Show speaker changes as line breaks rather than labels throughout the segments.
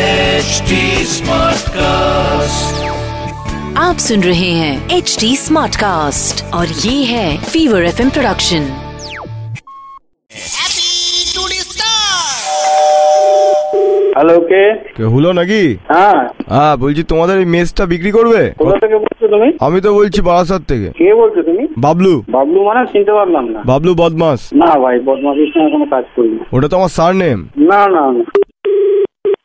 HD Smartcast.
आप सुन रहे हैं एच डी स्मार्ट कास्ट और ये है फीवर एफ प्रोडक्शन
হ্যালো কে
কে হলো নাকি
হ্যাঁ
হ্যাঁ বলছি তোমাদের এই মেসটা বিক্রি করবে
কোথা থেকে বলছো তুমি
আমি তো বলছি বারাসাত থেকে
কে বলছো তুমি
বাবলু
বাবলু মানে চিনতে পারলাম না
বাবলু বদমাস
না ভাই বদমাশির সঙ্গে কোনো কাজ করি না।
ওটা তো আমার সার নেম
না না না।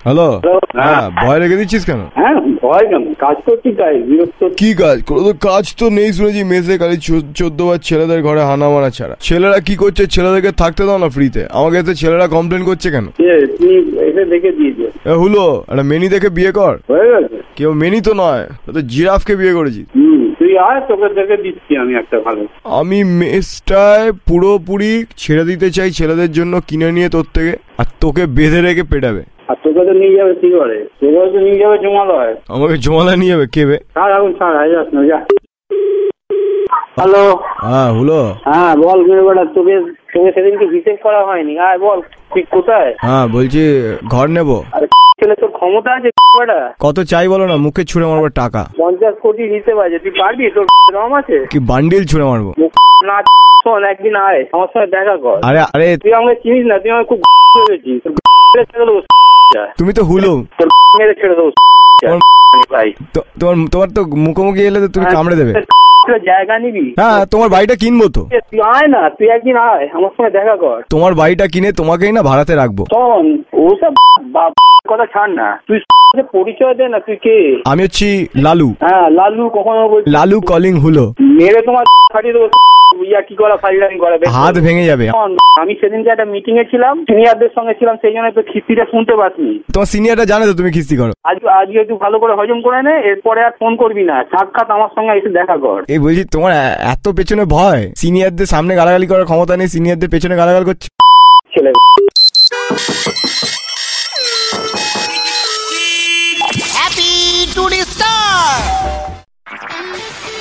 Hello
Hello?
হ্যাঁ ভয় রেখে দিচ্ছিস কেন
হ্যাঁ ভয় কেন কাজ করছি তাই বিরক্ত
কি কাজ কোনো তো কাজ তো নেই শুনেছি মেসে খালি চোদ্দ বার ছেলেদের ঘরে হানা মারা ছাড়া ছেলেরা কি করছে ছেলেদেরকে থাকতে দাও না ফ্রিতে আমাকে এসে ছেলেরা কমপ্লেন করছে কেন
যে তুমি এসে দেখে দিয়েছো
এ হুলো একটা মেনি দেখে বিয়ে কর
হয়ে গেছে
কেউ মেনি তো নয় ও তো জিরাফকে বিয়ে করেছি
হুম তুই আয় তোকে দেখে দিচ্ছি আমি একটা ভালো
আমি মেসটায় পুরোপুরি ছেড়ে দিতে চাই ছেলেদের জন্য কিনে নিয়ে তোর থেকে আর তোকে বেঁধে রেখে পেটাবে
আর তোকে তো নিয়ে যাবে কি করে তোকে তো নিয়ে যাবে জমালো হয়
আমাকে জমালা নিয়ে যাবে কেবে
স্যার এখন স্যার হয়ে যাস না যা হ্যালো
হ্যাঁ হলো
হ্যাঁ বল মেয়ে বেটা তোকে তোকে সেদিনকে হিসেব করা হয়নি আয় বল ঠিক কোথায়
হ্যাঁ বলছি ঘর নেব
আরে ছেলে তোর ক্ষমতা আছে বেটা
কত চাই বলো না মুখে ছুঁড়ে মারবো টাকা
পঞ্চাশ কোটি হিসেব আছে তুই পারবি তোর দম আছে
কি বান্ডিল ছুঁড়ে মারবো
মুখ না শোন একদিন আয় আমার সঙ্গে দেখা কর
আরে আরে
তুই আমাকে চিনিস না তুই আমাকে খুব ভেবেছিস তোর মেরে ছেড়ে দেবো যা।
তুমি তো হুলো
তোর মেরে ছেড়ে দেবো যা। ভাই
তো- তোমার তোমার তো মুখোমুখি এলে তো তুমি
হ্যাঁ।
কামড়ে দেবে
তোর জায়গা নিবি
হ্যাঁ তোমার বাড়িটা কিনবো তো
তুই আয় না তুই একদিন আয় আমার সঙ্গে দেখা কর
তোমার বাড়িটা কিনে তোমাকেই না ভাড়াতে রাখবো
শোন ওসব বাপ কথা ছাড় না তুই কে পরিচয় দে না তুই কে
আমি হচ্ছি লালু
হ্যাঁ লালু কখনো বলছি
লালু কলিং হুলো
মেরে তোমার ফাটিয়ে দেবো ইয়া কি করা ফাইলানি করা বেশ।
হাত ভেঙে যাবে
শোন, আমি সেদিনকে একটা মিটিং এ ছিলাম সিনিয়রদের সঙ্গে ছিলাম সেই জন্য তো খিস্তিটা শুনতে পাসনি
তোমার সিনিয়রটা জানে তো তুমি খিস্তি করো
আজ আজকে একটু ভালো করে হজম করে নে এরপরে আর ফোন করবি না সাক্ষাৎ আমার সঙ্গে এসে দেখা কর
এই বলছি তোমার এ- এত পেছনে ভয় সিনিয়রদের সামনে গালাগালি করার ক্ষমতা নেই সিনিয়রদের পেছনে গালাগাল করছে
ছেলে